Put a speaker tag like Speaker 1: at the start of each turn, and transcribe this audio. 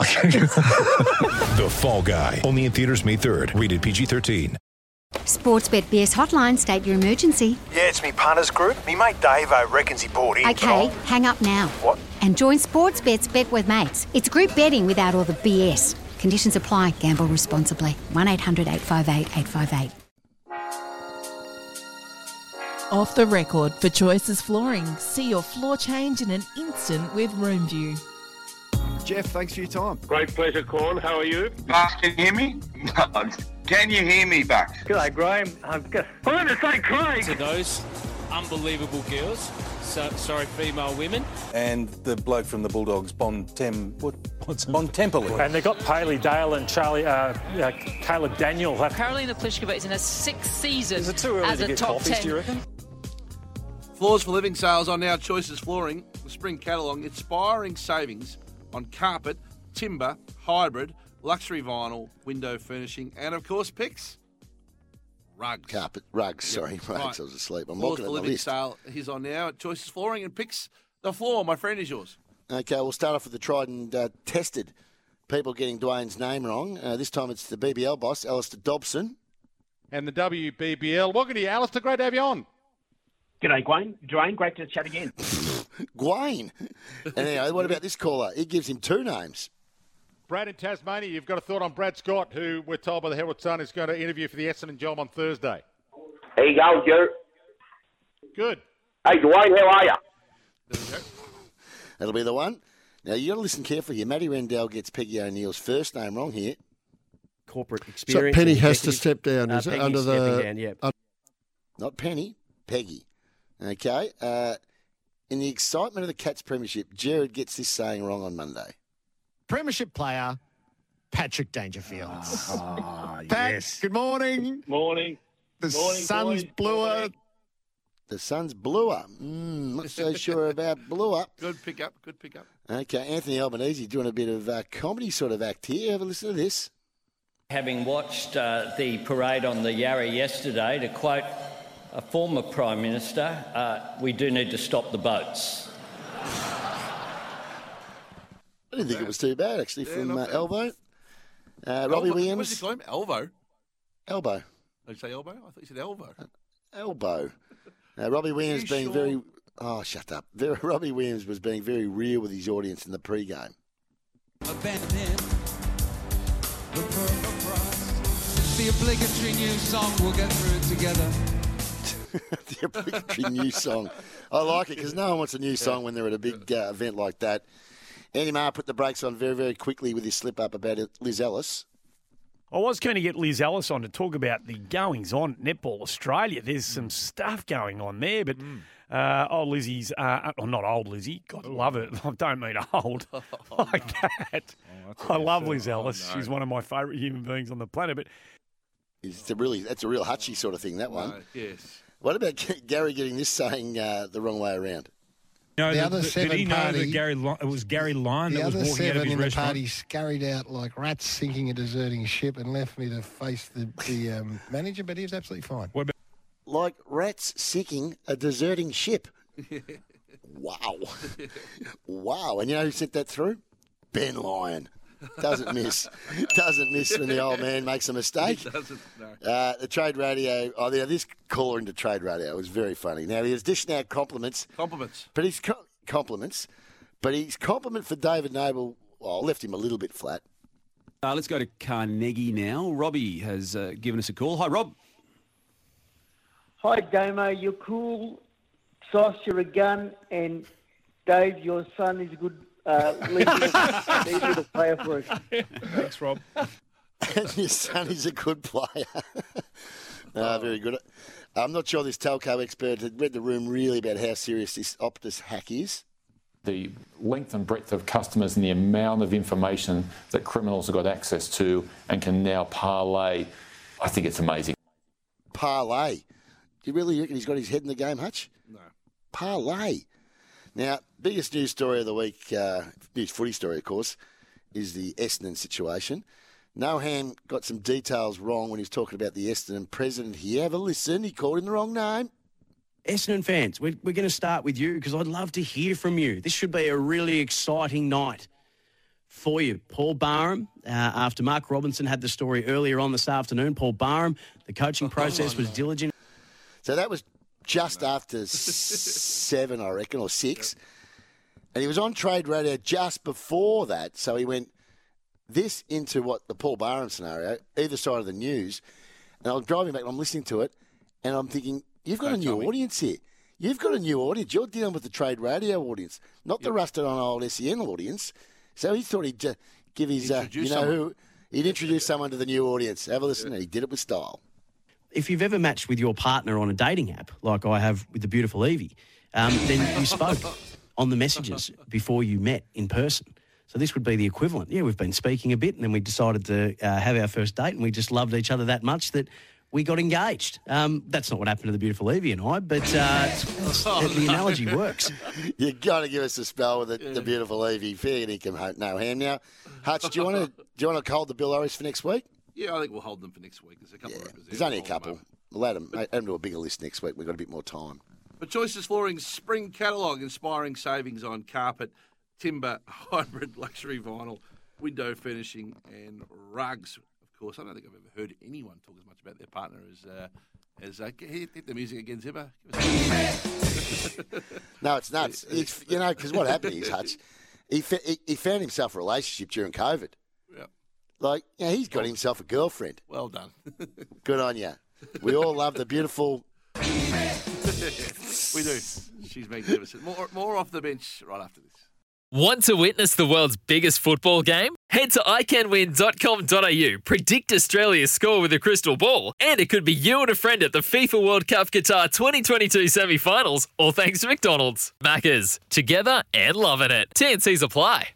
Speaker 1: The Fall Guy. Only in theaters May 3rd. Rated PG-13.
Speaker 2: Sportsbet BS hotline, state your emergency.
Speaker 3: Yeah, it's me partner's group. Me mate Dave, I reckons he bought in.
Speaker 4: Oh,
Speaker 2: Okay, hang up now.
Speaker 3: What?
Speaker 2: And join Sportsbet's Bet with Mates. It's group betting without all the BS. Conditions apply. Gamble responsibly. 1 800 858 858.
Speaker 5: Off the record for Choices Flooring. See your floor change in an instant with RoomView.
Speaker 6: Jeff, thanks for your time.
Speaker 7: Great pleasure, Corn. How are you?
Speaker 8: Bucks, can you hear me? No. Can you hear me, Bucks?
Speaker 9: G'day, Graham. I'm, g- I'm going to say Craig.
Speaker 10: To those unbelievable girls, so, sorry, female women.
Speaker 11: And the bloke from the Bulldogs, Bon Tem, what, what's Bon Temple.
Speaker 12: And they got Paley Dale and Charlie, uh, uh, Caleb Daniel.
Speaker 4: Carolina Pliskova is in her sixth season
Speaker 11: Is it too early
Speaker 4: as
Speaker 11: to
Speaker 4: a
Speaker 11: get
Speaker 4: top
Speaker 11: coffees,
Speaker 4: ten.
Speaker 11: do you reckon?
Speaker 13: Floors for Living sales are now Choices Flooring. The spring catalogue inspiring savings on carpet, timber, hybrid, luxury vinyl, window furnishing, and of course picks. Rugs.
Speaker 14: Carpet rugs.
Speaker 13: Yep.
Speaker 14: Sorry, mate.
Speaker 13: Right.
Speaker 14: I was asleep. I'm
Speaker 13: Floors for
Speaker 14: looking at the
Speaker 13: Living
Speaker 14: list.
Speaker 13: sale is on now at Choices Flooring and picks the floor. My friend is yours.
Speaker 14: Okay, we'll start off with the tried and uh, tested. People getting Dwayne's name wrong. Uh, this time it's the BBL boss, Alistair Dobson.
Speaker 15: and the WBBL. Welcome to you, Alistair. Great to have you on.
Speaker 1: G'day, Dwayne. Dwayne, great to chat again.
Speaker 14: Gwayne. And anyway, what about this caller? He gives him two names.
Speaker 15: Brad in Tasmania, you've got a thought on Brad Scott, who we're told by the Herald Sun is going to interview for the Essendon job on Thursday.
Speaker 16: There you go, Joe.
Speaker 15: Good.
Speaker 16: Hey, Dwayne, how are you?
Speaker 14: That'll be the one. Now, you got to listen carefully here. Matty Rendell gets Peggy O'Neill's first name wrong here.
Speaker 17: corporate
Speaker 18: So
Speaker 17: experience.
Speaker 18: Penny
Speaker 17: and
Speaker 18: has to
Speaker 17: executive-
Speaker 18: step down,
Speaker 17: Uh,
Speaker 18: is it?
Speaker 17: Peggy's
Speaker 18: Under the
Speaker 17: stepping down, yeah.
Speaker 18: un-
Speaker 14: Not Penny, Peggy. Okay. Uh, in the excitement of the Cats Premiership, Jared gets this saying wrong on Monday.
Speaker 19: Premiership player Patrick Dangerfield. Pat, good morning.
Speaker 7: Morning.
Speaker 19: The
Speaker 7: Morning,
Speaker 19: sun's
Speaker 7: boys.
Speaker 19: bluer.
Speaker 14: The Suns blew up. Mm, not so sure about blew up.
Speaker 13: Good pick up. Good pick up.
Speaker 14: Okay, Anthony Albanese doing a bit of uh, comedy sort of act here. Have a listen to this.
Speaker 20: Having watched uh, the parade on the Yarra yesterday, to quote a former Prime Minister, uh, we do need to stop the boats.
Speaker 14: I didn't think it was too bad actually
Speaker 13: Yeah,
Speaker 14: from
Speaker 13: not
Speaker 14: uh,
Speaker 13: bad.
Speaker 14: Elbow. Uh, Robbie
Speaker 13: Elbow- What did
Speaker 14: Williams,
Speaker 13: you call him? Elvo.
Speaker 14: elbow, Uh,
Speaker 13: Did you say elbow? I thought you said elbow.
Speaker 14: elbow. Uh, Robbie Williams
Speaker 13: you
Speaker 14: being
Speaker 13: sure?
Speaker 14: very oh shut up. Very, Robbie Williams was being very real with his audience in the pre-game.
Speaker 21: abandoned. The pearl of price. The obligatory new song. We'll get through it together.
Speaker 14: the obligatory new song. I like it because no one wants a new song when they're at a big uh, event like that. Andy Marr put the brakes on very very quickly with his slip up about Liz Ellis.
Speaker 22: I was going to get Liz Ellis on to talk about the goings on at Netball Australia. There's some stuff going on there, but uh, old Lizzie's, uh, well, not old Lizzie, God love her. I don't mean old like that. I love Liz Ellis. She's one of my favourite human beings on the planet, but
Speaker 14: It's a really that's a real hutchy sort of thing that one.
Speaker 13: No, yes.
Speaker 14: What about G- Gary getting this saying uh, the wrong way around?
Speaker 23: No,
Speaker 14: The
Speaker 23: the,
Speaker 14: other
Speaker 23: the- did
Speaker 14: seven
Speaker 23: he know
Speaker 14: party-
Speaker 23: that Gary Ly- it was Gary Lyon
Speaker 24: The
Speaker 23: that
Speaker 24: other
Speaker 23: was walking out of
Speaker 24: seven
Speaker 23: his
Speaker 24: in the
Speaker 23: restaurant?
Speaker 24: party scurried out like rats sinking a deserting ship and left me to face the, the um, manager, but he was absolutely fine.
Speaker 23: What about
Speaker 14: Like rats sinking a deserting ship. wow. wow. And you know who sent that through? Ben Lyon. Doesn't miss. Doesn't miss when the old man makes a mistake.
Speaker 13: It doesn't. No.
Speaker 14: Uh, the trade radio. Oh, now this caller into trade radio was very funny. Now he was dishing out compliments,
Speaker 13: Compliments.
Speaker 14: but his co- compliments, but his compliment for David Noble well, left him a little bit flat.
Speaker 25: Uh, let's go to Carnegie now. Robbie has uh, given us a call. Hi, Rob.
Speaker 26: Hi, Damo. You're cool. Sauce, you're a gun. And Dave, your son is a good uh, leader, leader player for us.
Speaker 14: Thanks, Rob. and your son is a good player.
Speaker 4: Oh.
Speaker 14: Ah, very good. I'm not sure this telco expert had read the room really about how serious this Optus hack is.
Speaker 27: the length and breadth of customers and the amount of information that criminals have got access to and can now parlay I think it's amazing.
Speaker 3: parlay. Do you really reckon he's got his head in the game, Hutch?
Speaker 14: No.
Speaker 3: Parlay. Now, biggest news story of the week, uh, news footy story, of course, is the Essendon situation. Noham got some details wrong when he was talking about the Essendon president here. Have a listen. He called him the wrong name.
Speaker 28: Essendon fans, we're, we're going to start with you because I'd love to hear from you. This should be a really exciting night for you. Paul Barham, uh, after Mark Robinson had the story earlier on this afternoon, Paul Barham, the coaching process was diligent.
Speaker 3: So that was just after s- seven, I reckon, or six. And he was on trade radio just before that. So he went this into what the Paul Barham scenario, either side of the news. And I was driving back and I'm listening to it and I'm thinking, you've got a new audience here. You've got a new audience. You're dealing with the trade radio audience, not the rusted on old SEN audience. So he thought he'd uh, give his, uh, you
Speaker 28: Introduce
Speaker 3: know,
Speaker 28: someone.
Speaker 3: who he'd introduce someone to the new audience. Have a listen. And he did it with style.
Speaker 28: If you've ever matched with your partner on a dating app, like I have with the beautiful Evie, um, then you spoke on the messages before you met in person. So this would be the equivalent. Yeah, we've been speaking a bit, and then we decided to uh, have our first date, and we just loved each other that much that we got engaged. Um, that's not what happened to the beautiful Evie and I, but uh, the analogy works.
Speaker 3: you got to give us a spell with the, the beautiful Evie. Fair income, ho- no ham. Now, Hutch, do you want to do you want to hold the Bill Orris for next week?
Speaker 14: Yeah, I think we'll hold them for next week. There's a couple of
Speaker 3: There's only a couple. We'll add them, add 'em to a bigger list next week. We've got a bit more time.
Speaker 14: But Choices Flooring's spring catalogue, inspiring savings on carpet, timber, hybrid, luxury vinyl, window finishing, and rugs. Of course, I don't think I've ever heard anyone talk as much about their partner as uh, as uh, hit, hit the music again, Zipper. Give us a-
Speaker 3: No, it's nuts. It's, you know, because what happened is Hutch, he, fa- he he found himself a relationship during COVID.
Speaker 14: Yep.
Speaker 3: Like, yeah, he's got himself a girlfriend.
Speaker 14: Well done.
Speaker 3: Good on you. We all love the beautiful.
Speaker 14: we do. uh, She's magnificent. More, more off the bench right after this.
Speaker 29: Want to witness the world's biggest football game? Head to iCanWin.com.au, predict Australia's score with a crystal ball, and it could be you and a friend at the FIFA World Cup Qatar 2022 semi finals, all thanks to McDonald's. Maccas, together and loving it. TNCs apply.